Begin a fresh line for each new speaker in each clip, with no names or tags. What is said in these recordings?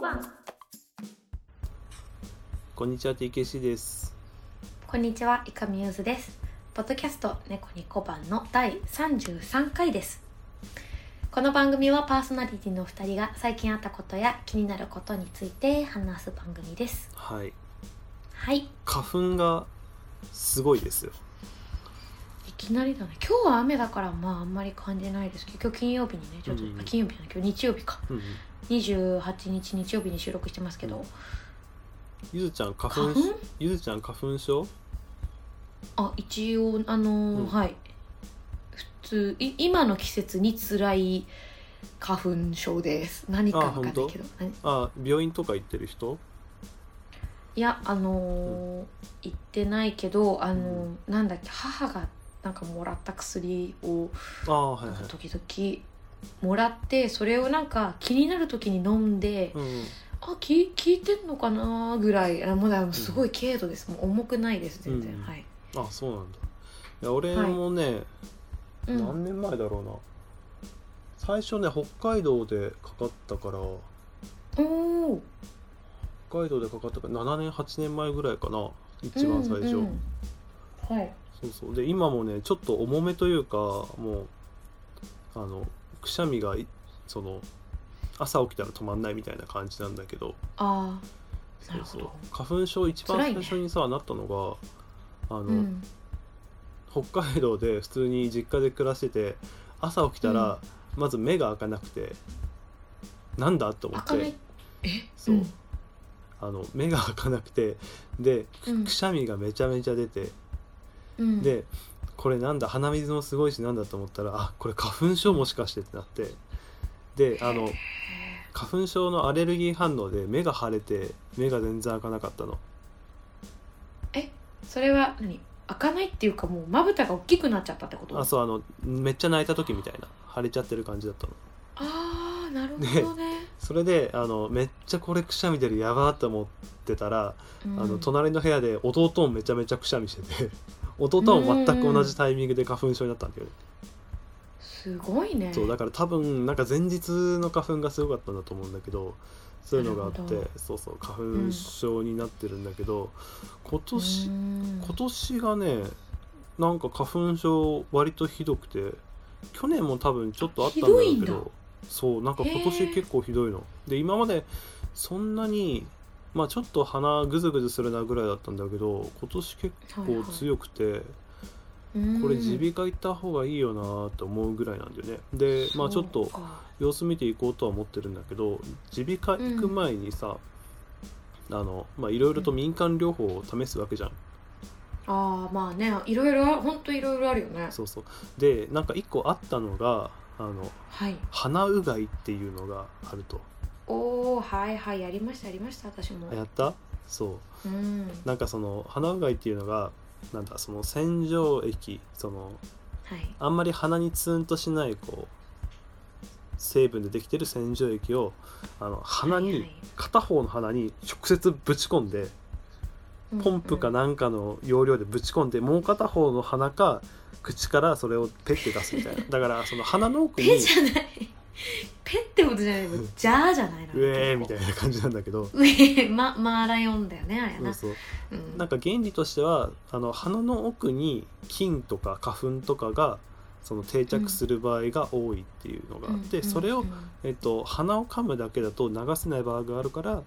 番
こんにちは TKC です
こんにちはイカミユーズですポッドキャスト猫に小判の第33回ですこの番組はパーソナリティの2人が最近あったことや気になることについて話す番組です
はい
はい
花粉がすごいですよ
いきなりだね今日は雨だからまああんまり感じないですけど今日金曜日にねちょっと、
うん
あ金曜日じゃない今日日曜日か
うんうん
28日日曜日に収録してますけど、
うんゆずちゃん花粉
花粉
ゆずちゃん花粉症
あ一応あのー
うん
はい普通い今の季節に辛い花粉症です何かわかんないけど
ああ病院とか行ってる人
いやあのー行ってないけどあのーなんだっけ母がなんかもらった薬を
ああはい
なん
はい
か時々もらってそれをなんか気になる時に飲んで、
うんうん
あき効いてんのかなぐらいあもうだすごい軽度です、もう重くないです全然、
うん
はい、
あそうなんだいや俺もね、
うん、
何年前だろうな最初ね北海道でかかったから
おー
北海道でかかったから7年8年前ぐらいかな一番最初、
うんうんはい
そうそうで今もねちょっと重めというかもうあのくしゃみがいその朝起きたら止まんないみたいな感じなんだけど
あ
そ
なる
う
ほ
そ
ど
う花粉症一番
辛い
最
ね
初にさ、なったのがあの、
あうん
北海道で普通に実家で暮らしてて朝起きたら、まず目が開かなくてなんだと思
開
っ
かない
て
え
そう、
ん
あの目が開かなくてで
うん
くしゃみがめちゃめちゃ出て、
うん、
でこれなんだ鼻水もすごいしなんだと思ったらあこれ花粉症もしかしてってなってであの花粉症のアレルギー反応で目が腫れて目が全然開かなかったの
えそれは何開かないっていうかもうまぶたが大きくなっちゃったってこと
あそうあのめっちゃ泣いた時みたいな腫れちゃってる感じだったの
あーなるほどね
それであのめっちゃこれくしゃみ出るやばーって思ってたら、
うん
あの隣の部屋で弟もめちゃめちゃくしゃみしてて 弟も全く同じタイミングで花粉症になったんだよね、
すごいね
そうだから多分なんか前日の花粉がすごかったんだと思うんだけどそういうのがあっ
な
て
るほど
そうそう花粉症になってるんだけど、今年
うん
今年がねなんか花粉症割とひどくて去年も多分ちょっとあったんだろうけ
ひどいんだ
どそうなんか今
へ
年
ー
結構ひどいので今までそんなにまあちょっと鼻ぐずぐずするなぐらいだったんだけど今年結
はいは
構
い
強くて、
うん
これ耳鼻科行った方がいいよなと思うぐらいなんだよねでまあちょっ
そ
と
うか
様子見ていこうとは思ってるんだけど耳鼻科行く前にさ、あのまあいろいろと民間療法を試すわけじゃん、
ああまあねいろいろ本当いろいろあるよね
そうそうでなんか一個あったのがあの
はい
鼻うがいっていうのがあると
おおはいはいやりましたやりました私も
あやったそ
うん
うなんかその鼻うがいっていうのがなんだその洗浄液その
はい
あんまり鼻にツンとしないこう成分でできてる洗浄液をあの鼻に、
はいはい
片方の鼻に直接ぶち込んでポンプか
な
なんかの容量でぶち込んでもう片方の鼻か口からそれをペッて出すみたい なだからその鼻の奥に
ペじゃないペってことじ ゃないもうジャーじゃないの
うえーみたいな感じなんだけど
うえまマーライオンだよねあれ
そう
な
そう
うん
なんか原理としてはあの鼻の奥に菌とか花粉とかがその定着する場合が多いっていうのがあって、
うん
それを
うん、
えっと、鼻を噛むだけだと流せない場合があるから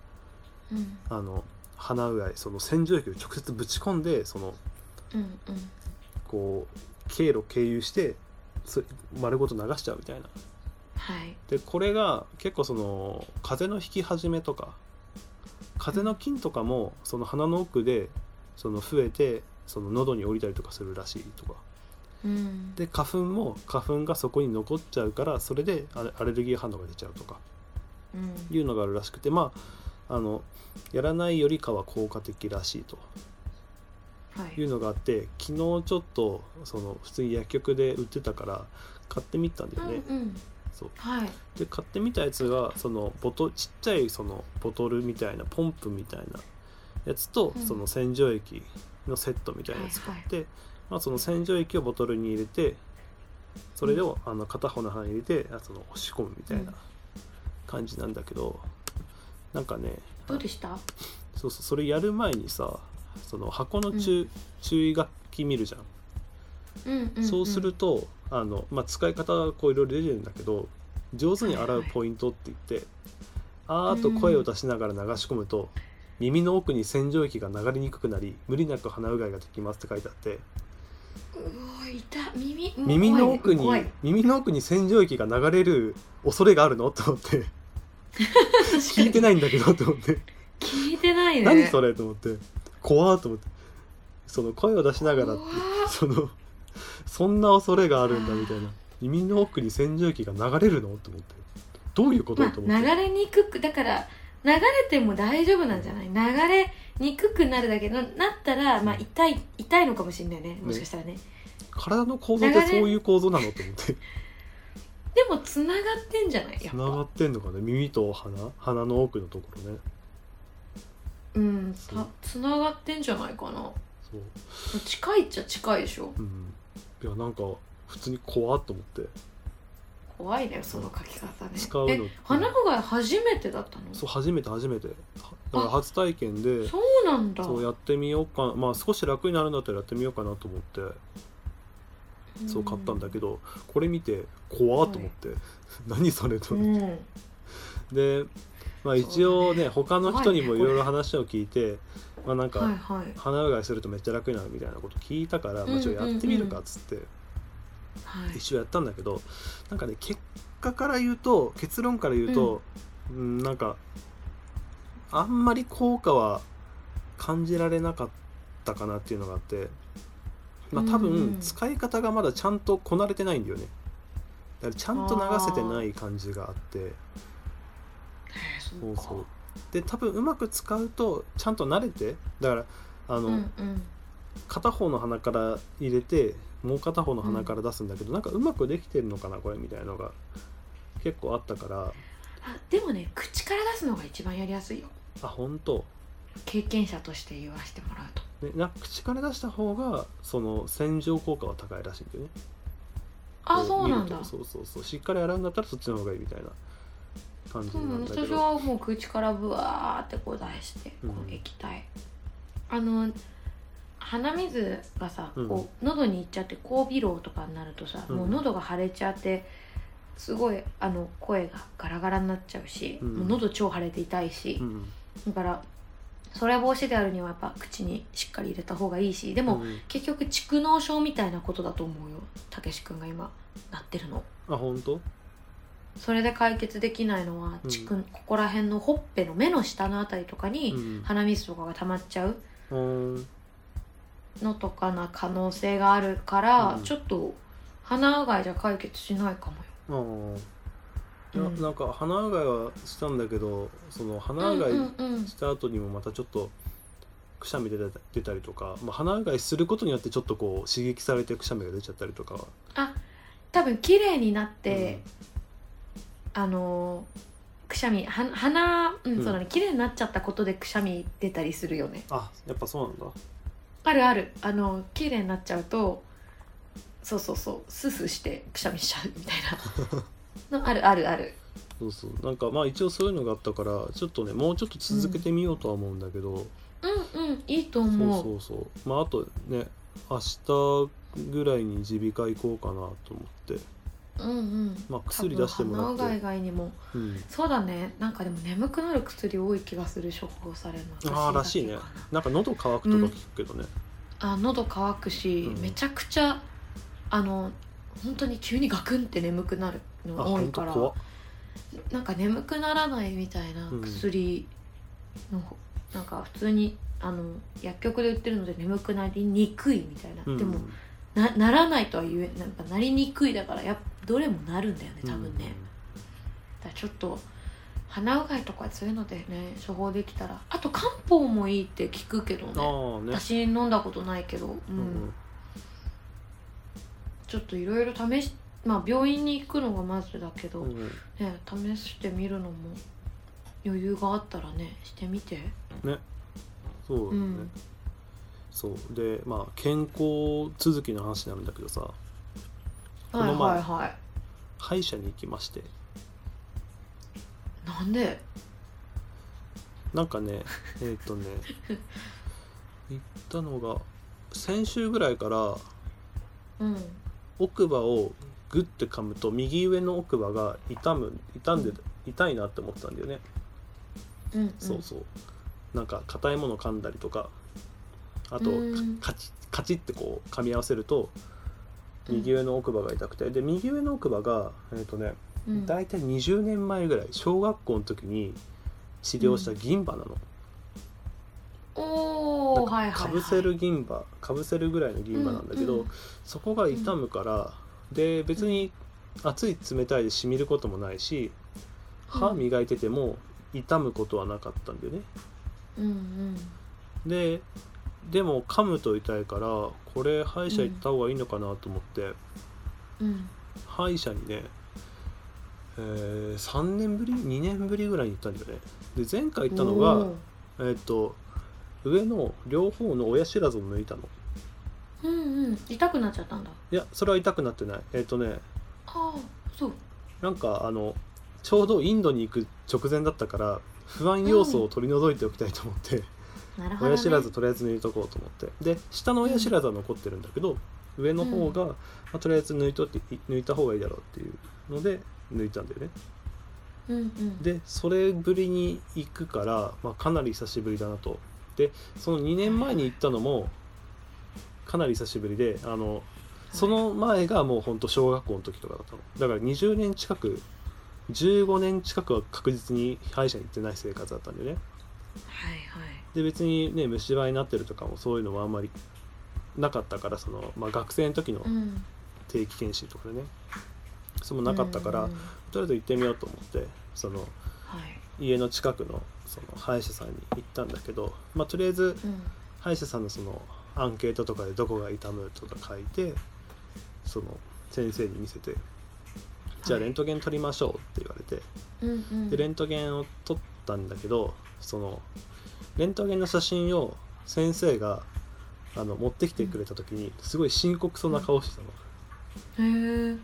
うん
あの鼻うがいその洗浄液を直接ぶち込んでその
うんうん
こう経路経由してそ丸ごと流しちゃうみたいな。
はい
でこれが結構その風邪の引き始めとか風邪の菌とかもその鼻の奥でその増えてその喉に降りたりとかするらしいとか
うん
で花粉も花粉がそこに残っちゃうからそれでアレアレルギー反応が出ちゃうとか
うん
いうのがあるらしくてまああのやらないよりかは効果的らしいと
は
いう
い
のがあって昨日ちょっとその普通に薬局で売ってたから買ってみたんだ
う
よ
ん
ね。
うん
そう
はい
で買ってみたやつがそのボトちっちゃいそのボトルみたいなポンプみたいなやつと、
うん
その洗浄液のセットみたいなやつ買って、まあ、その洗浄液をボトルに入れてそれを、あの片方の鼻に入れてあその押し込むみたいな感じなんだけど、なんかね
どうでした
そうそうそれやる前にさその箱の注,、注意書き見るじゃん
うんうん、うん、
そうするとあの、まあ、使い方はこういろいろ出てるんだけど上手に洗うポイントって言って、あーっと声を出しながら流し込むと、耳の奥に洗浄液が流れにくくなり無理なく鼻うがいができますって書いてあって
うおいた耳もう
耳の奥に、
怖いね
耳の奥に洗浄液が流れる恐れがあるのと思って
怖い
聞いて
ない
ないんだけどと思って
聞いてないね
何そ
れ
れと思って怖ーと思ってその声を出しながらってそのそんな恐れがあるんだみたいな耳の奥に洗浄液が流れるのと思ってどういうこと
ま
と思
あ、
っ
流
て、
れにくくだから流れても大丈夫なんじゃない流れにくくなるだけどなったら、まあ、痛い痛いのかもしれないねもしかしたらね
体の構造ってそういう構造なのと思って
でもつながってんじゃないやっ
つなが
ぱ
ってんのかね耳と鼻鼻の奥のところね
うんたつながってんじゃないかな
そう
近いっちゃ近いでしょ
うんいやなんか普通に怖っと思って
怖いねその書き方ね
使うの
え花子が初めてだったの
そう初めて初めてだから初体験で
そうなんだ
そうやってみようかまあ少し楽になるんだったらやってみようかなと思ってそう買ったんだけど、これ見て怖っと思って、何それと
う
思って、
ん、うん
で、まあ、一応
そう
ね
だね
他の人にも
怖い
い
ね
ろいろ話を聞いて、まあなんか、
はいはい
鼻うがいするとめっちゃ楽になるみたいなこと聞いたから、まあ、ちょっとやってみるかっつって、
はい
一応やったんだけどなんかね結果から言うと結論から言うと、うん、なんかあんまり効果は感じられなかったかなっていうのがあって、まあ、多
うんう
分
ん
使い方がまだちゃんとこなれてないんだよねだからちゃんと流せてない感じがあって
へえ
そ
そううか
そうで多分うまく使うとちゃんと慣れてだからあの、
うんうん
片方の鼻から入れてもう片方の鼻から出すんだけど、なんかうまくできてるのかなこれみたいなのが結構あったから
あでもね口から出すのが一番やりやすいよ
あ本当
経験者として言わせてもらうと
ねなんか口から出した方がその洗浄効果は高いらしいんだよねこ
あ
う
そうなん
見
だ
るとそうそうそうしっかり洗うんだったらそっちの方がいいみたいな感じ
う
なん
ん
だけど、
私はもう口からブワーってこう出して、
うん
こう液体あの鼻水がさ
うん
こう喉にいっちゃって後鼻漏とかになるとさ、
うん
もう喉が腫れちゃってすごいあの声がガラガラになっちゃうし、
うん
もう喉超腫れて痛いし、
うん
だからそれ防止であるにはやっぱ口にしっかり入れた方がいいしでも、
うん
結局蓄膿症みたいなことだと思うよたけし君が今なってるの
あ本当
それで解決できないのは、
うん
蓄ここら辺のほっぺの目の下のあたりとか
う
に
ん
鼻水とかが溜まっちゃう
うん
のとかな可能性があるから、
うん
ちょっと鼻うがいじゃ解決しないかもよ、
あーいや
うん
なんか鼻うがいはしたんだけどその鼻うがい、
うんうんうん
した後にもまたちょっとくしゃみ出た出たりとか、まあ、鼻うがいすることによってちょっとこう刺激されてくしゃみが出ちゃったりとかは
多分綺麗になって、あのーくしゃみは鼻、うん
うん
そうだね綺麗になっちゃったことでくしゃみ出たりするよね
あやっぱそうなんだ
あるあるあの綺麗になっちゃうとそうそうそうスースーしてくしゃみしちゃうみたい なのあるあるある
そうそうなんかまあ一応そういうのがあったからちょっとねもうちょっと続けてみようとは思うんだけど、
うんうんいいと思う
そうそうそうまああとね明日ぐらいに耳鼻科行こうかなと思って、
うんうん
まあ、薬出しても
多分鼻うが
らっ
い以
て、
外にも
うん、
そうだねなんかでも眠くなる薬多い気がする処方されるの
あーらしいね
私だけかな
なんか喉乾くとか聞くけどね、
あ喉乾くし、
うん
めちゃくちゃあの本当に急にガクンって眠くなるの
あ
が
ほ
多い
んと
から
怖っ
なんか眠くならないみたいな
うん
薬の、なんか普通にあの薬局で売ってるので眠くなりにくいみたいな、
うん
でもなならないとは言えなんかなりにくいだからやっぱどれもなるんだよね多分ね、だからちょっと鼻うがいとかそういうのでね処方できたらあと漢方もいいって聞くけど
うん
ね
ああね、
私飲んだことないけど、うん
うん
ちょっといろいろ試しまあ病院に行くのがまずだけど、
うん
ね試してみるのも余裕があったらねしてみて
そうだね、
うん
そうでまあ健康続きの話になるんだけどさこ
はい
の前
はいは
歯医者に行きまして
いなんで
なんか ねえーっ、とね行ったのが先週ぐらいから
うん
奥歯をグッて噛むと右上の奥歯が痛む痛んで痛いなって思ったんだよね、
うんうん
そうそうなんか硬いもの噛んだりとかあと
うん
カチッカチッってこう噛み合わせると
うん
右上の奥歯が痛くてで右上の奥歯がえーっ、とね
うん
大体20年前ぐらい小学校の時に治療した銀歯なの、
おおはいはい、はい、
かぶせる銀歯かぶせるぐらいの銀歯なんだけど、
うんうん
そこが痛むから、で別に熱い冷たいでしみることもないし歯
うん
磨いてても痛むことはなかったんだよね
うんうん
ででも噛むと痛いからこれ歯医者行った方がいいのかなと思って、
うん
歯医者にね、えー3年ぶり2年ぶりぐらいに行ったんだよねで前回行ったのが
おー
えーっと上の両方の親知らずを抜いたの
うんうん痛くなっちゃったんだ
いやそれは痛くなってないえーっ、とね
ああそう
なんかあのちょうどインドに行く直前だったから不安要素を取り除いておきたいと思って、
なるほど、ね、
親知らずとりあえず抜いとこうと思ってで下の親知らずは残ってるんだけど、上の方が、まあとりあえず抜いとってい抜いた方がいいだろうっていうので抜いたんだよね
うんうん
でそれぶりに行くから、まあ、かなり久しぶりだなとでその2年前に行ったのもかなり久しぶりであのその前がもうほんと小学校の時とかだったのだから20年近く15年近くは確実に歯医者に行ってない生活だったんでね
はいはい
で別にね虫歯になってるとかもそういうのはあんまりなかったからその、まあ、学生の時の
うん
定期検診とかでねそれもなかったから、
うんうん
とりあえず行ってみようと思ってその
はい
家の近くのその歯医者さんに行ったんだけど、まあ、とりあえず
うん
歯医者さんのそのアンケートとかでどこが痛むとか書いてその先生に見せて「じゃあレントゲン取りましょう」って言われて
うんうん
でレントゲンを取ったんだけどそのレントゲンの写真を先生があの持ってきてくれた時にすごい深刻そうな顔してたの。
へえうん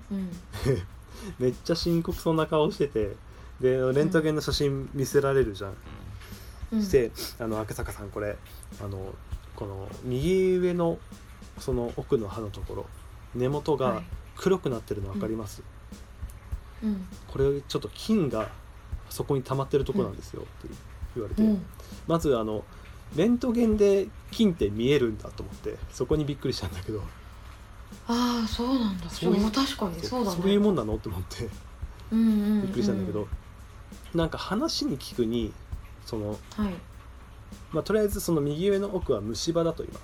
めっちゃ深刻そうな顔しててでレントゲンの写真見せられるじゃん。
うん
して、あの赤坂さんこれあのこの右上のその奥の歯のところ根元
は
が
い
黒くなってるの分かります、
うん
これちょっと菌がそこに溜まってるとこなんですよって言われて、
うん
まずあのレントゲンで菌って見えるんだと思ってそこにびっくりしたんだけど
ああそうなんだ
そういう
そう確かにそうだね
そういうもんなのと思って
うんうんうん
びっくりしたんだけど、なんか話に聞くにその
はい
まあ、とりあえずその右上の奥は虫歯だと今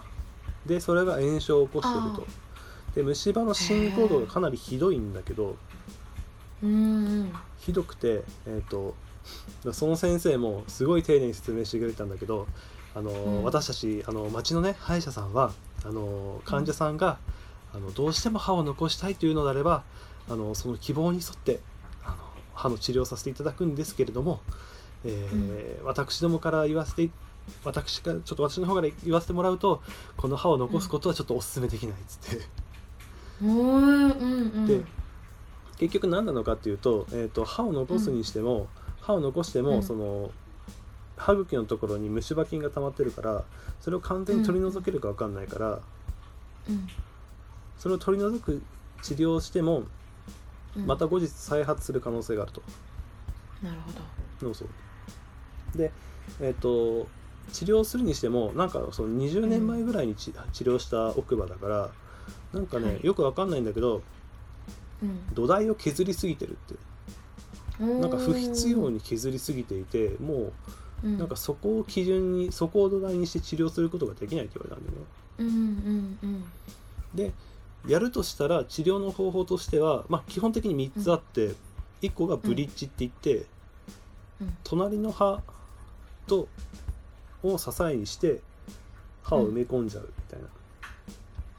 でそれが炎症を起こしてる
あ
とで虫歯の進行度がかなりひどいんだけど
うんうん
ひどくてえっ、とその先生もすごい丁寧に説明してくれたんだけどあの、
うん
私たちあの町のね歯医者さんはあの患者さんが、あのどうしても歯を残したいというのであればあのその希望に沿ってあの歯の治療をさせていただくんですけれども、えー私どもから言わせて私からちょっと私の方から言わせてもらうとこの歯を残すことはちょっとお勧めできないっつって、
おーうんうん
で結局何なのかっていうと,、えー、と歯を残すにしても、歯を残しても、
うん
その歯茎のところに虫歯菌が溜まってるからそれを完全に取り除けるか分かんないから、
うん
それを取り除く治療をしても
うん
また後日再発する可能性があると。
なるほど
そうそうでえっ、と治療するにしてもなんかその20年前ぐらいにち治療した奥歯だからなんかね、
はい
よく分かんないんだけど
うん
土台を削りすぎてるって
おー
なんか不必要に削りすぎていても
う
うんなんかそこを基準にそこを土台にして治療することができないって言われたんだよね。
うんうんうん
でやるとしたら治療の方法としては、まあ、基本的に3つあって、1個がブリッジって言って、
うん
隣の歯とを支えにして歯を埋め込んじゃうみたいな。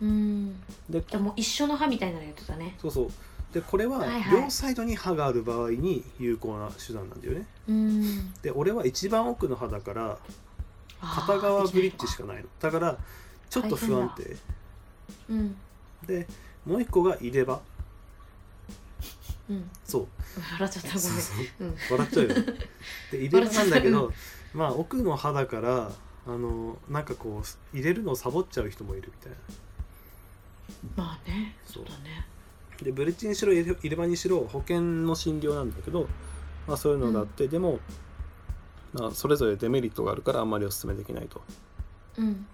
うん
で
じゃあもう一緒の歯みたいなのやってたね
そうそうでこれは
はいはい
両サイドに歯がある場合に有効な手段なんだよね。
うん
で俺は一番奥の歯だから
あー
片側ブリッジしかないのだからちょっと不安定
うん
でもう一個が入れ歯
うん
そう
笑っちゃったご
そう
めん
そう
うん
笑っちゃうよねで入れるなんだけどまあ奥の歯だからあのなんかこう入れるのをサボっちゃう人もいるみたいな
まあね
そ
そううだね
でブレッジにしろ入れ入れ歯にしろ保険の診療なんだけど、まあ、そういうのがあって、でも、まあ、それぞれデメリットがあるからあんまりお勧めできないと、
うん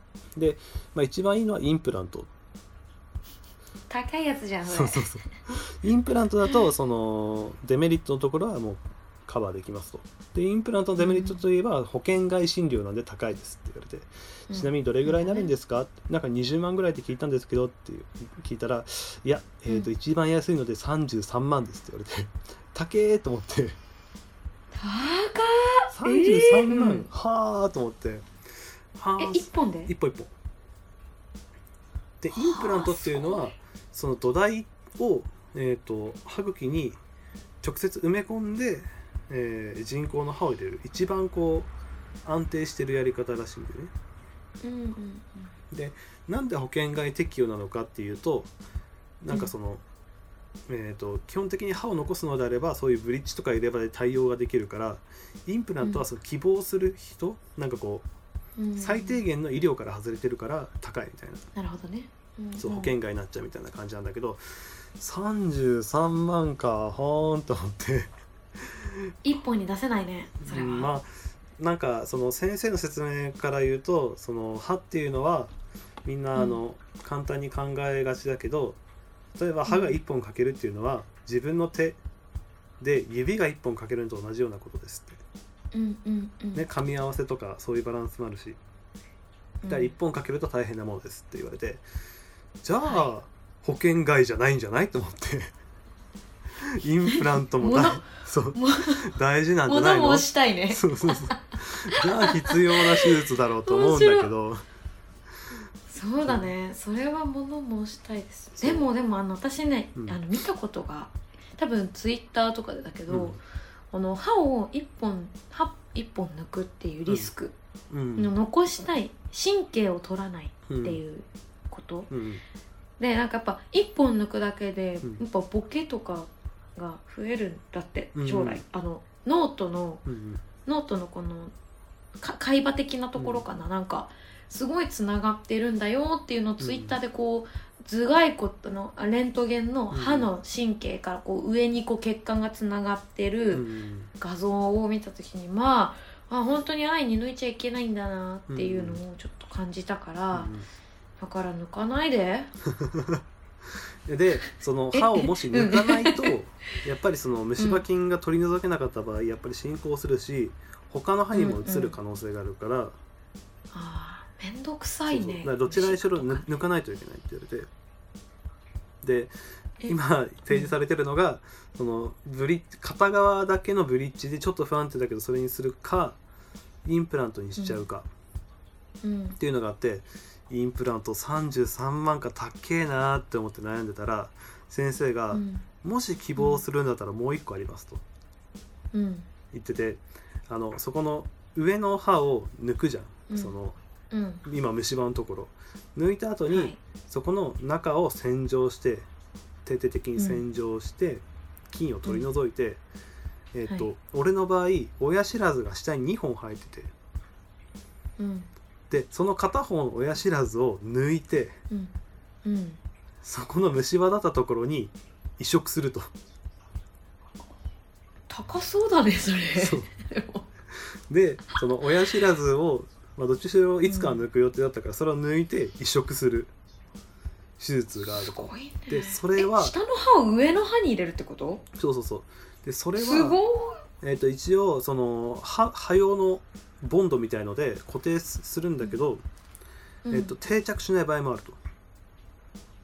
まあ、一番いいのはインプラント
高いやつじゃんそれ
そうそうそうインプラントだとそのデメリットのところはもうカバーできますとでインプラントのデメリットといえば保険外診療なんで高いですって言われて
うん
ちなみにどれぐらいになるんですか、なんか20万ぐらいって聞いたんですけどっていう聞いたらいや、えー、と
うん
一番安いので33万ですって言われて 高えと思って
高
33万、
うん
はあと思ってはあ
いえ一本で
一歩一歩でインプラントっていうのはその土台を、えー、と歯茎に直接埋め込んで、えー人工の歯を入れる一番こう安定してるやり方らしいんでね
うんうんうん
なんで保険外適用なのかっていうとなんかその、えー、と基本的に歯を残すのであればそういうブリッジとか入れ歯で対応ができるからインプラントはその希望する人、なんかこ
うん
う最低限の医療から外れてるから高いみたいな。
なるほどね、うん
そう保険外になっちゃうみたいな感じなんだけど33万かほーんと思って
一本に出せないねそれは、
うんまあなんかその先生の説明から言うとその歯っていうのはみん
うん
なあの、簡単に考えがちだけど例えば歯が1本欠けるっていうのは、自分の手で指が1本欠けるのと同じようなことですっ
うんうんうん
て、ね、噛み合わせとかそういうバランスもあるし
うん
だから1本欠けると大変なものですって言われてじゃあ、保険外じゃないんじゃないと思って インプラントも大
物
そう
も
大事なんじゃない
物
の
申したいね
そうそうそうじゃあ必要な手術だろうと思うんだけど
そうだねそれは物申したいです
そう
でもでもあの私ね、
うん
あの見たことが多分ツイッターとかでだけど、
うん
あの歯を一本歯一本抜くっていうリスク、
う
の
ん
残したい神経を取らない
うん
っていうこと、
うん
でなんかやっぱ一本抜くだけで、
うん
やっぱボケとかが増えるんだって
うん
将来、あのノートの
うん
ノートのこのか会話的なところかな、なんかすごいつながってるんだよっていうのをツイッターでこう、頭蓋骨のあレントゲンの歯の神経からこう上にこう血管がつながって
う
る
ん
画像を見た時にまああ本当に愛に抜いちゃいけないんだなっていうのをちょっと感じたから、だから抜かないで
うんでその歯をもし抜かないとやっぱりその虫歯菌が取り除けなかった場合やっぱり進行するし他の歯にも移る可能性があるから、
あーめんどくさい
そうそうだ
ね
からどちらにしろぬ抜かないといけないって言われてで今提示されてるのがそのブリッジ片側だけのブリッジでちょっと不安定だけどそれにするかインプラントにしちゃうか
うん
っていうのがあって、インプラント33万か高えなーって思って悩んでたら先生が、
うん
もし希望するんだったらもう一個あります」と
うん
言っててあのそこの上の歯を抜くじゃん、
うん
その
うん
今虫歯のところ抜いた後に、
はい
そこの中を洗浄して徹底的に洗浄して、菌を取り除いて、えーっと
はい
俺の場合親知らずが下に2本生えてて
うん
でその片方の親知らずを抜いて
うんうん
そこの虫歯だったところに移植すると
高そうだねそれ
そう
でも
でその親知らずを、まあ、どっちにしろいつかは抜く予定だったから、それを抜いて移植する手術がある
す
と
ごいね
でそれは
え下の歯を上の歯に入れるってこと
そうそうそうでそれは
すごい
えー、と一応その歯歯用のボンドみたいので固定すするんだけど、えー、と
うん
定着しない場合もあると、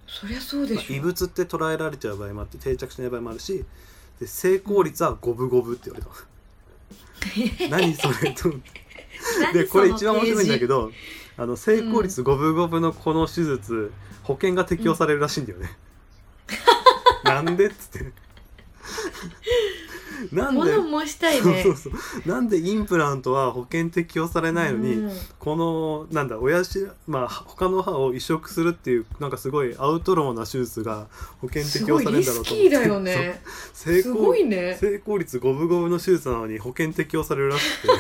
そりゃそうで
まあ
し
異
ょ
物って捉えられちゃう場合もあって定着しない場合もあるしで成功率は五分五分って言われた何それと思ってでこれ一番面白いんだけ
ど
どあの成功率五分五分のこの手術保険が適用 されるらしいんだよね、なんでっつってなんで
物申したいね
そうそうそうなんでインプラントは保険適用されないのに、
うん
このなんだ親しまあ他の歯を移植するっていうなんかすごいアウトローな手術が保険
す
適用
ごい
されるん
リ
だろう
ス
と思っ
キー
て
だよね
そう成
すご
功
いね
成功率五分五分の手術なのに保険適用されるらしくて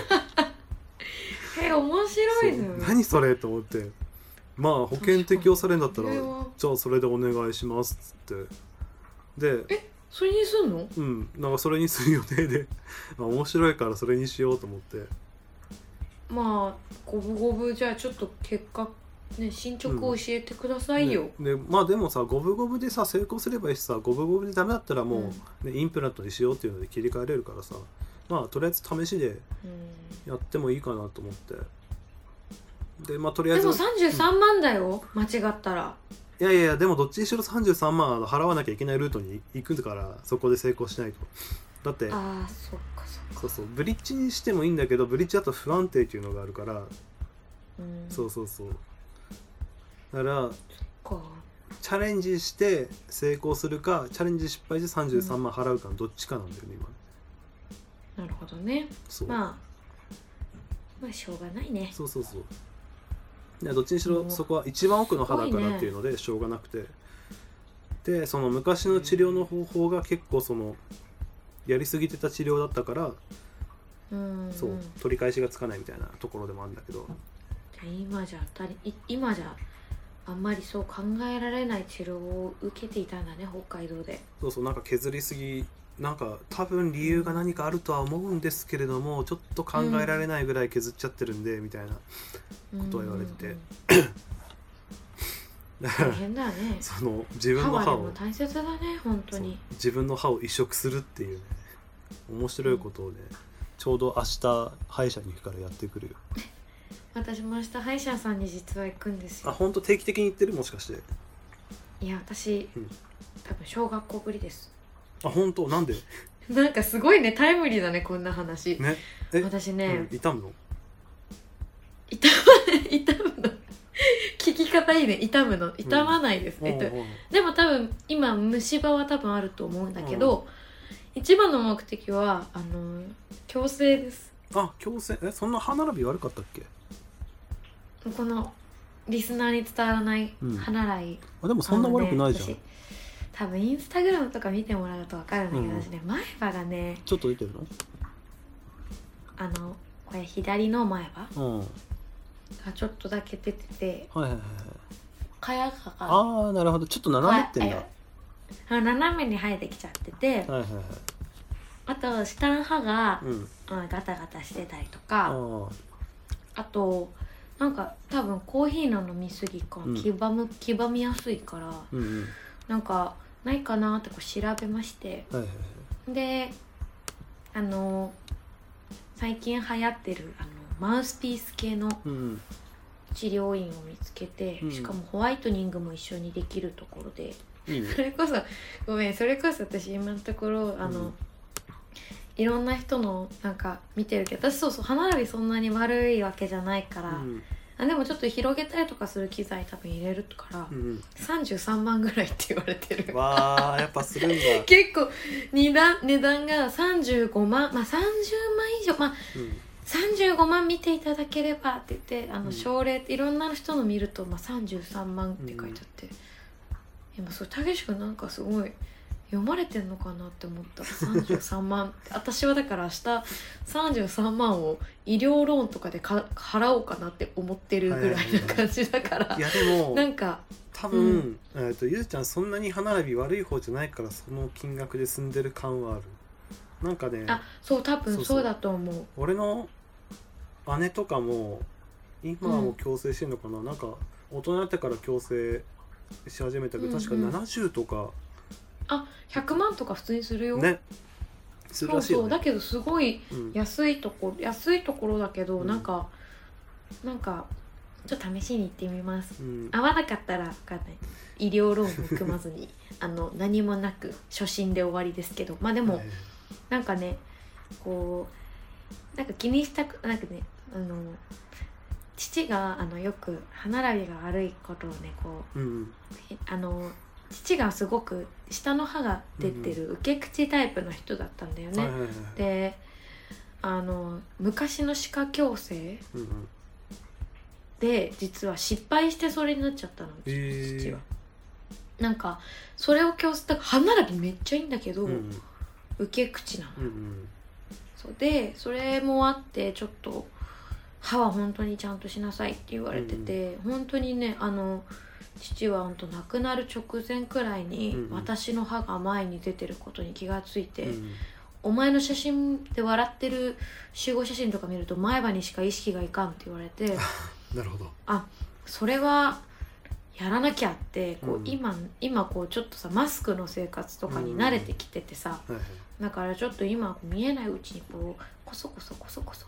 え面白いね
そう何それと思ってまあ保険適用されるんだったら
確かにこれは
じゃあそれでお願いしますっつってで
それにすんの
うんなんかそれにする予定で あ面白いからそれにしようと思って
まあ五分五分じゃあちょっと結果ね進捗を教えてくださいよ、
ねでまあでもさ五分五分でさ成功すればいいしさ五分五分でダメだったらもう、ねインプラントにしようっていうので切り替えれるからさまあとりあえず試しで
うん
やってもいいかなと思ってでまあとりあえ
で
ず
も33万だよ、間違ったら
いやいやいやでもどっちにしろ33万あの払わなきゃいけないルートに行くからそこで成功しないとだって
ああそっかそっか
そうそうブリッジにしてもいいんだけどブリッジだと不安定っていうのがあるから
うん
そうそうそうだから
そっか
チャレンジして成功するかチャレンジ失敗して33万払うかのどっちかなんだよね今
なるほどね
そう、
まあまあしょうがないね
そうそうそういやどっちにしろ
うん
そこは一番奥の歯だ
す
か
ごいね
らっていうのでしょうがなくて、でその昔の治療の方法が結構そのやりすぎてた治療だったから
うんん
そう取り返しがつかないみたいなところでもあるんだけど
じゃあ今じゃ当たりい今じゃあんまりそう考えられない治療を受けていたんだね北海道で
そうそうなんか削りすぎなんか多分理由が何かあるとは思うんですけれどもちょっと考えられないぐらい削っちゃってるんで、みたいなことは言われてて
うんうん
だか
大
ら
変だよね
その自分
歯
の
はで
歯
も
を
大切だね本当に
そう自分の歯を移植するっていうね面白いことをね、ちょうど明日歯医者に行くからやってくるよ
私も明日歯医者さんに実は行くんです
あ
よ
本当定期的に行ってるもしかして
いや私、
うん
多分小学校ぶりです
あ本当なんで
なんかすごいねタイムリーだねこんな話、
ねえ
私
うん
ね、
痛むの
痛む 痛むの聞き方いいね痛むの痛まないです、えっと
うんうん
でも多分今虫歯は多分あると思うんだけど、一番の目的はあの矯正です
あ矯正えそんな歯並び悪かったっけ
このリスナーに伝わらない
うん
歯習い、
あでもそんな悪くないじゃん、
あのね私多分インスタグラムとか見てもらうと分かるんだけど、
うん
私ね前歯がね
ちょっと出てる
あのこれ左の前歯
のうん
がちょっとだけ出てて
はいはいはいはい
かやかが
ああなるほどちょっと斜めってんだ、
かえあ斜めに生えてきちゃってて
はいはいはい
あと下の歯が、
うん
うん、ガタガタしてたりと
あ
か
ー
あとなんか多分コーヒーの飲みすぎか、
うん
黄ばむ黄ばみやすいから
うんうん
なんかないかなってこう調べまして
はいはいはい
であの最近流行ってるあのマウスピース系の
うんうん
治療院を見つけて、
うん
しかもホワイトニングも一緒にできるところで
いいね
それこそごめんそれこそ私今のところあの、
うん
いろんな人のなんか見てるけど私そうそう歯並びそんなに悪いわけじゃないから、
うん
あでもちょっと広げたりとかする機材多分入れるから、
うん
33万ぐらいって言われて
うん
る
わあやっぱするんだ、
結構値段値段が35万まあ30万以上まあ
うん
35万見ていただければって言ってあ
う
の
ん
症例っていろんな人の見ると、まあ、33万って書いてあって、今そうたけし君なんかすごい読まれてんのかなって思った33万 私はだから明日33万を医療ローンとかでか払おうかなって思ってるぐらいな感じだから
いやでも
なんか
多分、えー、とゆずちゃんそんなに歯並び悪い方じゃないからその金額で済んでる感はあるなんかね
あそう多
そ
分
うそう
そうだと思う
俺の姉とかも今はもううん矯正してんのかな、なんか大人になってから矯正し始めたけど確か
うんうん
70とか
あ100万とか普通にするよ、
ね、する
そ
ら
う
しい
そ
よ
うだ
ね
けどすごい
うん
安いとこ安いところだけど、
うん
なんかなんかちょっと試しに行ってみます
うん
合わなかったら分かんない医療ローンも組まず にあの何もなく初心で終わりですけどまあでも、
はい
なんかねこうなんか気にしたくなんかねあの父があのよく歯並びが悪いことをねこう
うん
えあの父がすごく下の歯が出てる受け口タイプの人だったんだよね。
はいはいはい
であの昔の歯科矯正
うんうん
で実は失敗してそれになっちゃったの、
えー
父は。なんかそれを矯正だから歯並びめっちゃいいんだけど、
うんうん
受け口なの。
うんうん
そうでそれもあってちょっと歯は本当にちゃんとしなさいって言われてて、本当にねあの父は本当亡くなる直前くらいに、
うんうん
私の歯が前に出てることに気がついて、
うん
お前の写真で笑ってる集合写真とか見ると前歯にしか意識がいかんって言われて
なるほど
それはやらなきゃってこう、
うん
今今こうちょっとさマスクの生活とかに慣れてきててさ、
はいはい
だからちょっと今見えないうちにこうこそこそこそこそ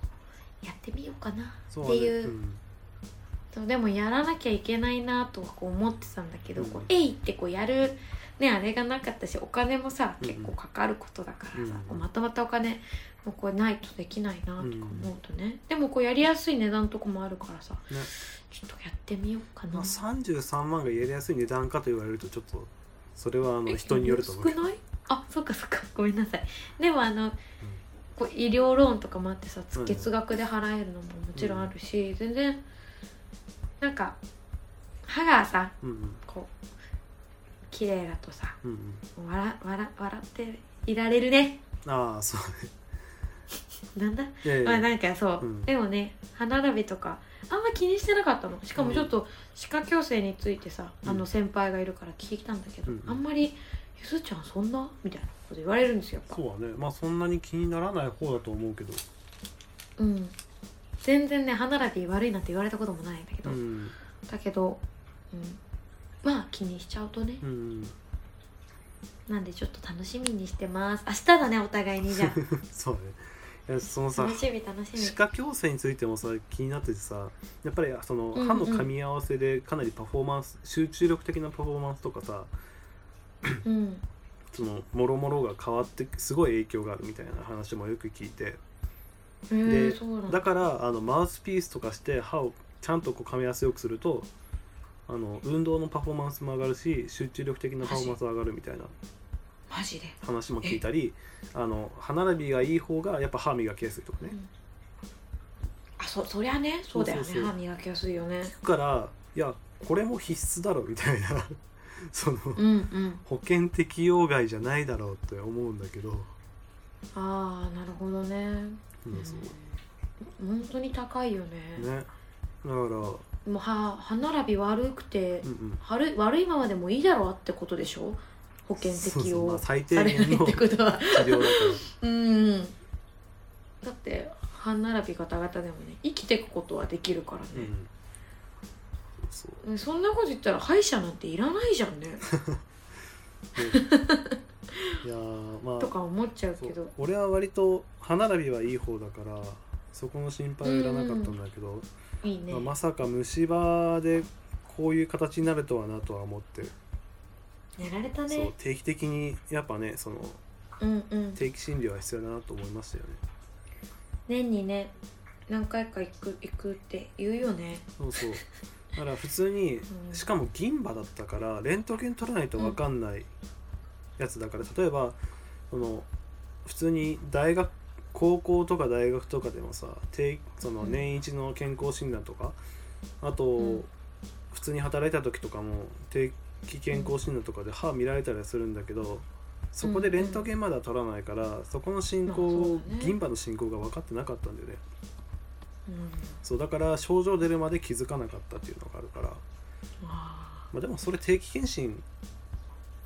やってみようかな
そ
っ
う
て
だね
いう
うん
そうでもやらなきゃいけないなとこう思ってたんだけど、こ
う
う
ん
えいってこうやる、ね、あれがなかったしお金もさ
うんうん
結構かかることだからさ、
うん
こうまとまったお金もこうないとできないなとか思うとね、でもこうやりやすい値段とかもあるからさ、
ね
ちょっとやってみようかな。
まあ、33万がやりやすい値段かと言われるとちょっとそれはあ
え
の人によると思うけど
少ないあそっかそっかごめんなさいでもあの、こう医療ローンとかもあってさ
うん
月額で払えるのももちろんあるし、全然なんか歯がさ
うんうん
こう綺麗だとさ
うんうん
笑笑笑っていられるね
ああそうね
なんだ、
いやい
まあ
やいや
なんかそう、
うん
でもね歯並びとかあんま気にしてなかったのしかもちょっと歯科矯正についてさ、
うん
あの先輩がいるから聞いたんだけど、
うん
あんまり「ゆずちゃんそんな?」みたいなこと言われるんですよやっ
そ
ぱ
うはねまあそんなに気にならない方だと思うけど
うん、全然ね歯並び悪いなんて言われたこともないんだけ
う
ど、
ん
だけど、うん、まあ気にしちゃうとね、
うん
なんでちょっと楽しみにしてます明日だねお互いにじゃあ
そうねいやそのさ
楽しみ楽しみ
歯科矯正についてもさ気になっててさやっぱりその
うんうん
歯の噛み合わせでかなりパフォーマンス、集中力的なパフォーマンスとかさ
うん
そのもろもろが変わってすごい影響があるみたいな話もよく聞いて
へえ
で
そうなん
だ
だ
からあのマウスピースとかして歯をちゃんとこう噛み合わせよくするとあの運動のパフォーマンスも上がるし集中力的なパフォーマンスも上がるみたいな
マジで、
話も聞いたりあの歯並びがいい方がやっぱ歯磨きやすいとかね
うんあそそりゃねそうだよね
そうそうそう
歯磨きやすいよね
だからいやこれも必須だろみたいな その、
うんうん
保険適用外じゃないだろうって思うんだけど、
ああなるほどね、
うんそう
うん本当に高いよね
ねだからうん
もう歯歯並び悪くて、
うん
悪い悪いままでもいいだろうってことでしょ保険
そう
適
そうま
用
あ最低
されない
限
っ
の
て
治
ことは
療だか
うんだって歯並びガタガタでもね生きていくことはできるから
ら、う
ね、
ん、そうそう
うんそんなこと言ったら歯医者なんていらないじゃんね
いやー まあ
とか思っちゃう
そ
けど
う俺は割と歯並びはいい方だからそこの心配はいらなかったんだけど、
いいね、
まあ、まさか虫歯でこういう形になるとはなとは思って、
やられた
そう
ね
定期的にやっぱねその
うんうん
定期診療は必要だなと思いましたよね。
年にね何回か行く行くって言うよね
そうそうだから普通に
うん
しかも銀歯だったからレントゲン取らないと分かんないやつだから、例えばその普通に大学高校とか大学とかでもさ定その
うん
年一の健康診断とか、あと、
うん
普通に働いた時とかも定期健康診断とかで歯見られたりはするんだけどそこでレントゲンまだ取らないから、そこの進行、
まあそうだね
銀歯の進行が分かってなかったんだよね。
うん
そうだから症状出るまで気づかなかったっていうのがあるから、
あ
まあ、でもそれ定期検診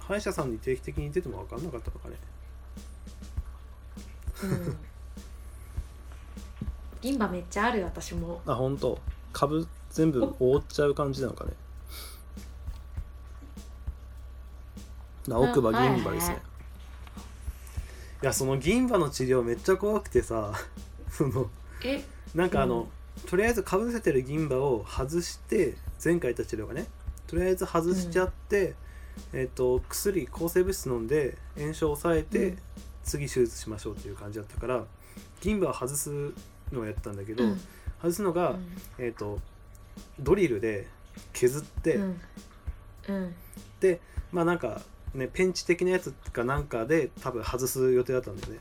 歯医者さんに定期的に行ってても分かんなかったのかね
ーうん 銀歯めっちゃあるよ私も
あ本当株全部覆っちゃう感じなのかねな奥歯銀歯です
はいは
ね
い
いやその銀歯の治療めっちゃ怖くてさ その
え
なんかあの、とりあえずかぶせてる銀歯を外して前回言った治療がねとりあえず外しちゃって、えっと薬抗生物質飲んで炎症を抑えて、
うん
次手術しましょうっていう感じだったから銀歯を外すのをやったんだけど、
うん
外すのが、えっとドリルで削って、
うんうん
てまあなんかねペンチ的なやつかなんかで多分外す予定だったんだよね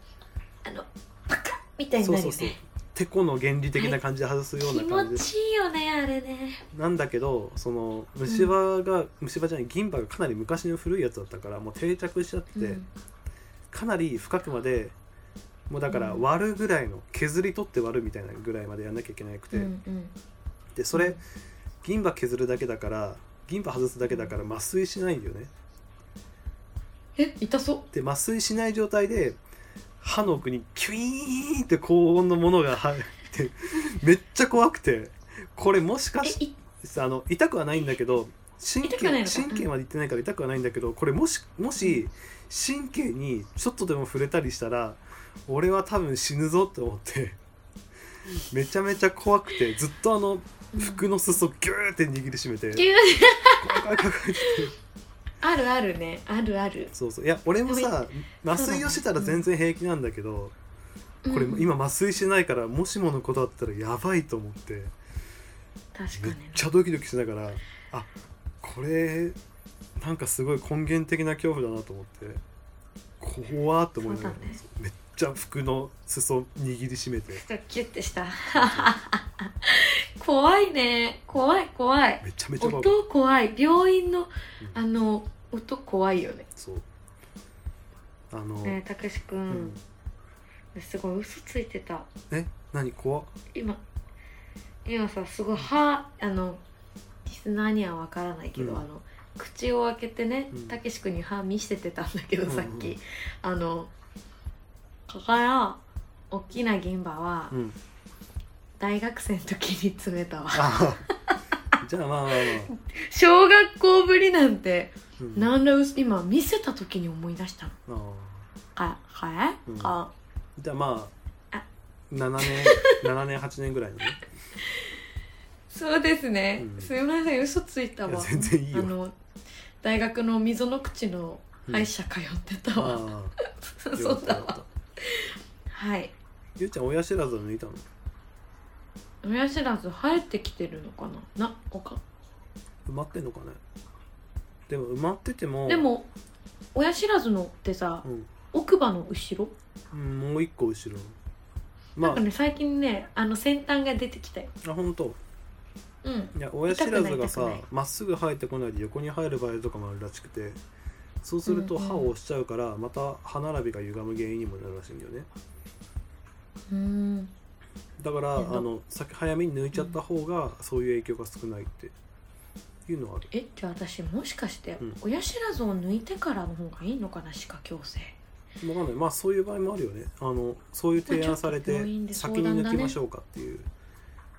あのパカッみたいに
そう
なる
そうそう
よね
てこの原理的な感じで外すような
気
感じ
持
で
ちいいよねあれね
なんだけどその虫歯が、虫歯じゃない銀歯がかなり昔の古いやつだったからもう定着しちゃって、
うん
かなり深くまでもうだから
うん
割るぐらいの削り取って割るみたいなぐらいまでやんなきゃいけなくて、
うんうん
でそれ銀歯削るだけだから銀歯外すだけだから麻酔しないんだよね
え痛そう
で麻酔しない状態で歯の奥にキュイーンって高温のものが入ってめっちゃ怖くてこれもしか
え
し
い
あの痛くはないんだけど神
痛くはない
経
のか
神経までいってないから痛くはないんだけどこれもしもし神経にちょっとでも触れたりしたら俺は多分死ぬぞって思ってめちゃめちゃ怖くてずっとあの服の裾ギューって握りしめて
ぎゅー
怖い怖い怖い怖いって
あるあるねあるある
そうそういや俺も
でも
さ麻酔をしてたら全然平気なんだけどこれ
うん
今麻酔してないからもしものことだったらやばいと思って。
確か
めっ
にね
ちゃドキドキしながらあこれなんかすごい根源的な恐怖だなと思って怖ーって思いながら、
そうだね
めっちゃ服の裾握りし めて
ちょっとキュッてした怖いね怖い怖い
めちゃめちゃ怖い
音怖い病院のあの音怖いよね
そうあの、
ねえたけしく
うんん、
すごい嘘ついてた
え何怖っ
今今さすごい歯あのリスナーにはわからないけど、
うん
あの口を開けてね
うん
たけし君に歯見せてたんだけど、
うんうん
さっきあのここの大きな銀歯は
うん
大学生の時に詰めたわ
あ じゃあまあまあまあ、
小学校ぶりなんて
うん、あ
何ら嘘今見せた時に思い出したの
ー
かかえ、
うん
か
じゃあまあ
あ
7年7年8年ぐらい のね
そうですね、
うん
すみません嘘ついた
いや
わ
全然いいよ
あの大学の溝の口の歯医者通ってたわ、
ああ
そうだわはい
ゆうちゃん親知らずは抜いたの
親知らず生えてきてるのかななおか
埋まってんのかねでも埋まってても
でも親知らずのってさ
うん
奥歯の後ろ、
うん、もう一個後ろま
なんかね最近ねあの先端が出てきたよ
ああ本当
うん
いや親知らずが
痛く
さ
ない痛くない
まっすぐ生えてこないで横に生える場合とかもあるらしくてそうすると
うんうん
歯を押しちゃうからまた歯並びが歪む原因にもなるらしいんだよね
うーん
だからあ
面倒
の先早めに抜いちゃった方がそういう影響が少ないっていうのはある
えじゃあ私もしかして
うん
親知らずを抜いてからの方がいいのかな歯科矯正
わかんないまあそういう場合もあるよねあのそういう提案され
まあ
て
ちょっと病院で相
先
談だね
に抜きましょうかっていう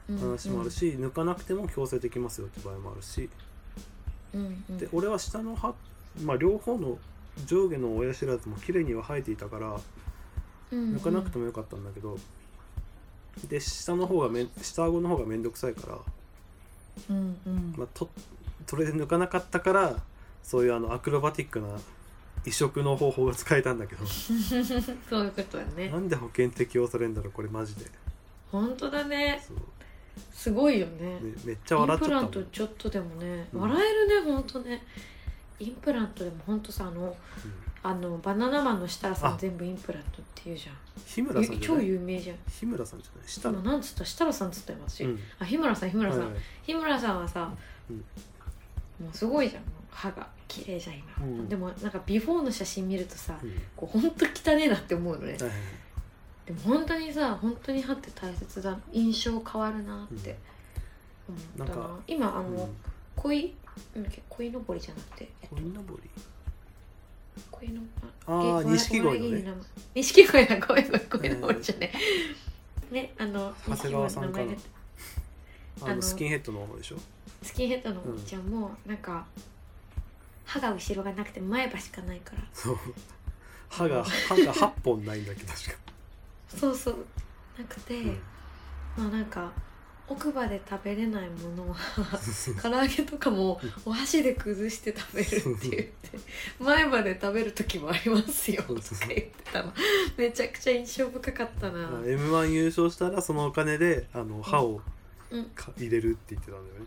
うん
話もあるし抜かなくても矯正できますよって場合もあるし
うんうん
で俺は下の歯、まあ、両方の上下の親知らずも綺麗には生えていたから抜かなくて
も
もよかったんだけど、で下の方がめん下顎の方が面倒くさいから、
うんうん
まあ、とそれで抜かなかったからそういうあのアクロバティックな移植の方法が使えたんだけど
そういうことだね
なんで保険適用されるんだろうこれマジで
本当だね
そう、
すごいよね
ね、めっちゃ
イン
笑っちゃ
プ
った
ラ
もん
ントちょっとでもね、
うん
笑えるね本当ねインプラントでも本当さあの
うん
あのバナナマンの設楽さん
あ
全部インプラントっていうじゃ
日村
ん
さん
ゆ
じゃ
超
ない
有名じゃん
日村さんじゃない下
今
の、
なんつった設楽さんつったよ私、
うん
あ日村さん日村さん、
はいはい
日村さんはさ、
うん
もうすごいじゃんもう歯が綺麗じゃん今、
うん
でもなんかビフォーの写真見るとさ
うん
こう本当汚ねえなって思うのね、
はいはい
でも本当にさ本当に歯って大切だ印象変わるなって思ったな,、
なんか
今あの、
うん
鯉なんだっけ鯉のぼりじゃなくて、えっと
鯉、のぼり
鯉の
あー
げ
錦鯉のね
ごめんなさい錦鯉だごめんごめん鯉のぼりじゃね、ねあの
長谷川さんかな
錦鯉の名前が
あ
あの
のスキンヘッドの方でしょ
スキンヘッドのおっちゃんも、なんか歯が後ろがなくて前歯しかないから
そう歯が歯が8本ないんだっけど確か、
そうそうなくて、
うん
まあなんか奥歯で食べれないものは唐揚げとかもお箸で崩して食べるって言って前歯で食べる時もありますよとか言ってたのめちゃくちゃ印象深かったな、
まあ M1 優勝したらそのお金であの歯を
うん
か入れるって言ってたんだよね、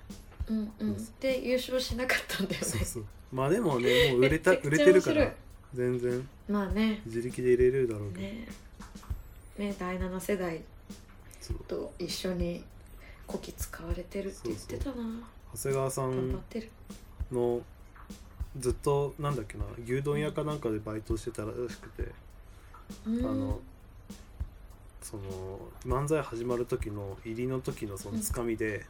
うんうんで優勝しなかったんだよね
そうそうまあでも ねもう売れた
めちゃ
売
く
れ
ちゃ
てるか
面
ら全然
まあね
自力で入れれるだろうけど、
ねね第7世代
そう
と一緒にこき使われてるって言ってたな
長谷川さ
頑張っ
ん
てる
のずっとなんだっけな牛丼屋かなんかでバイトしてたらしくて、
あ
あのその漫才始まる時の入りの時のそのつかみで、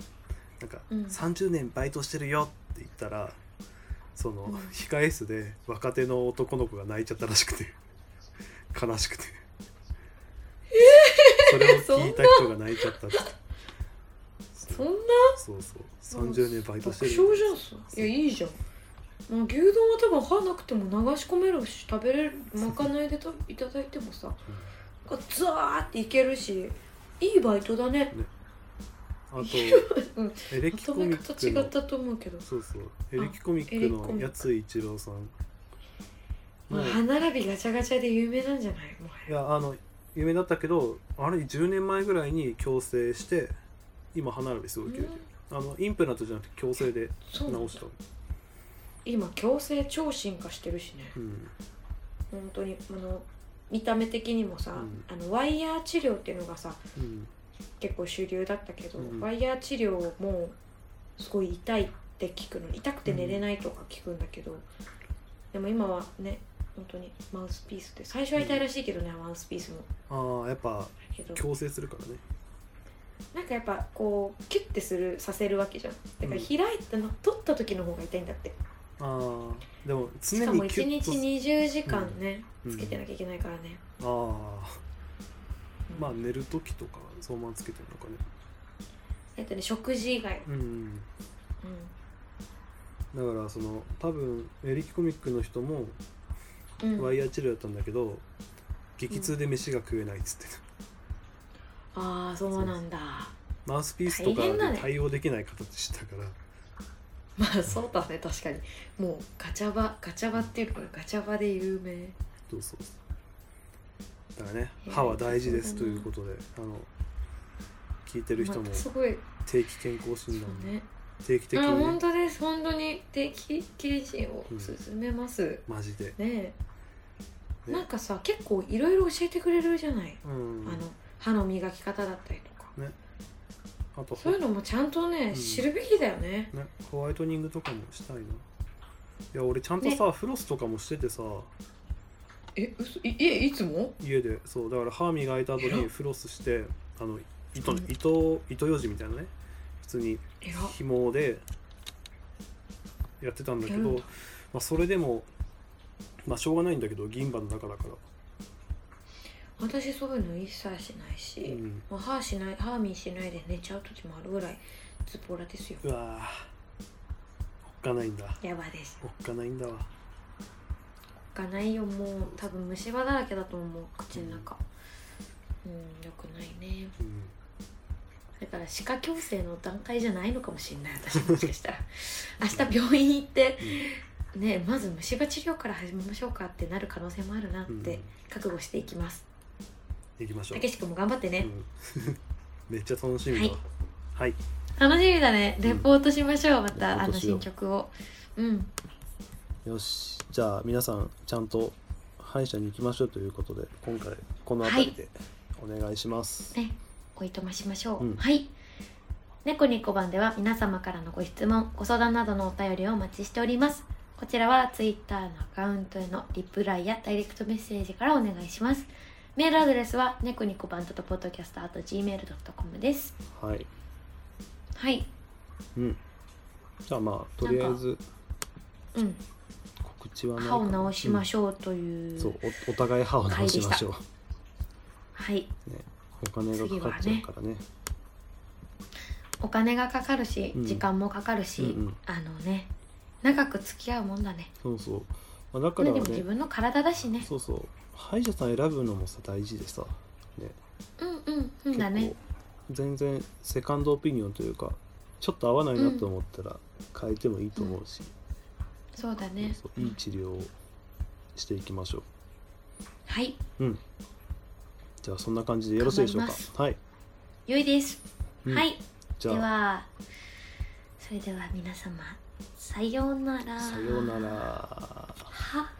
なんか、
うん
30年バイトしてるよ」って言ったらその、
うん
控え室で若手の男の子が泣いちゃったらしくて悲しくて、それを聞いた人が泣いちゃったって
そんな
そうそう30年バイトしてる
爆笑じゃんそれいやいいじゃんまあ牛丼は多分歯なくても流し込めるし食べれるまかないでといただいてもさザーっていけるしいいバイトだね
あと、
うん
エレ
ま
キ
と
コ
め
ミッ
方
ク
違
の
ったと思うけど、
そうそうエレキコミック
エレキコミ
の
ック
やつ一郎さん
まあ、歯並びガチャガチャで有名なんじゃないも
いやあの有名だったけどあれ10年前ぐらいに矯正して今歯並びすごい綺麗
う
で、あのインプラントじゃなくて矯正で
そうなん
直
だ
した
今矯正超進化してるしね
うん
本当にあの見た目的にもさ、
うん
あのワイヤー治療っていうのがさ
うん
結構主流だったけど、
うん
ワイヤー治療もすごい痛いって聞くの痛くて寝れないとか聞くんだけど、でも今はね本当にマウスピースって最初は痛いらしいけどね、マウスピースも
ああやっぱ
けど
矯正するからね
なんかやっぱこうキュッてするさせるわけじゃんだから
うん
開いたの取った時の方が痛いんだって
ああでも
し
常
かも
に
1日
に
20時間ね、
うん
つけてなきゃいけないからね、
ああ
うん
まあ寝る時とかそのままつけてるのかね
えっとね食事以外、
うん
う
だからその多分エレキコミックの人も
んうん
ワイヤー治療だったんだけど、激痛で飯が食えないっつってた、
ああそうなんだ
マウスピースとか
大変だね
で対応できない形したから、
まあそうだね確かにもうガチャバガチャバっていうかガチャバで有名
そうそうそうだからね
へえ
歯は大事です
そう
と
だ
い
な
うことであの聞いてる人も
またすごい
定期健康
そう
診断
ね
定期的
あ
に
本
ね
当です本当に定期検診を勧めます、
マジで
ねえ
ね
なんかさ結構いろいろ教えてくれるじゃない、
うん
あの歯の磨き方だったりとか
あと
そういうのもちゃんとね、
ん
知るべきだよね
ね、ホワイトニングとかもしたいないや俺ちゃんとさ、フロスとかもしててさ
え嘘いえいつも
家でそうだから歯磨いた後
えら
にフロスしてあの糸ね
うん
糸を糸ようじみたいなね普通に
えら
紐でやってたんだけど、
うん
まあ、それでも、まあ、しょうがないんだけど銀歯の中だから、
私そういうの一切しないし、
うん、
もう歯しない歯見しないで寝ちゃう時もあるぐらいズボラですよ
うわーおっかないんだ
やばいです
おっかないんだわ
がないよもう多分虫歯だらけだと思う口の中うんよくないね
うん
だから歯科矯正の段階じゃないのかもしれない私もし かしたら明日病院行ってねまず虫歯治療から始めましょうかってなる可能性もあるなっ
うん
て覚悟していきます
行きましょ
た
う
け、し君も頑張って
う
ね、
ん、 めっちゃ楽しみだわはい、
楽しみだねレポートしましょう、また
レポー
あの
トしよう
新曲をうん
よしじゃあ皆さんちゃんと歯医者に行きましょうということで今回この辺りでお願いします、
ね、おいとましましょう。
うん
はい。猫にこばんでは皆様からのご質問、ご相談などのお便りをお待ちしております。こちらは Twitter のアカウントへのリプライやダイレクトメッセージからお願いします。メールアドレスは猫にこばんとポッドキャスト gmail.com です。
はい、
はい。
うん、じゃあまあとりあえず
うん。
告知はない
歯を直しま
ょ
しょうという。
そうおお互い歯を直しましょう
はい。
お金がかかっちゃうからね
お金がかかるし、
うん
時間もかかるし、
うんうん
あのね、長く付き合うもんだね。
そうそう、まあ、だか
ま
ら
あでも自
ね
分の体だしね。
そうそう歯医者さん選ぶのもさ大事でさ、ね、
うんうんうんだね。
全然セカンドオピニオンというかちょっと合わないなと思ったら変えてもいいと思うし、
そうだね。
そうそういい治療をしていきましょう
はい、
じゃあそんな感じでよろしいでしょう
頑張
か
りま
はい、
良いです。
うん
はい、
じ
で
ゃあ
は、さそれでは皆様さようなら
さようなら。
は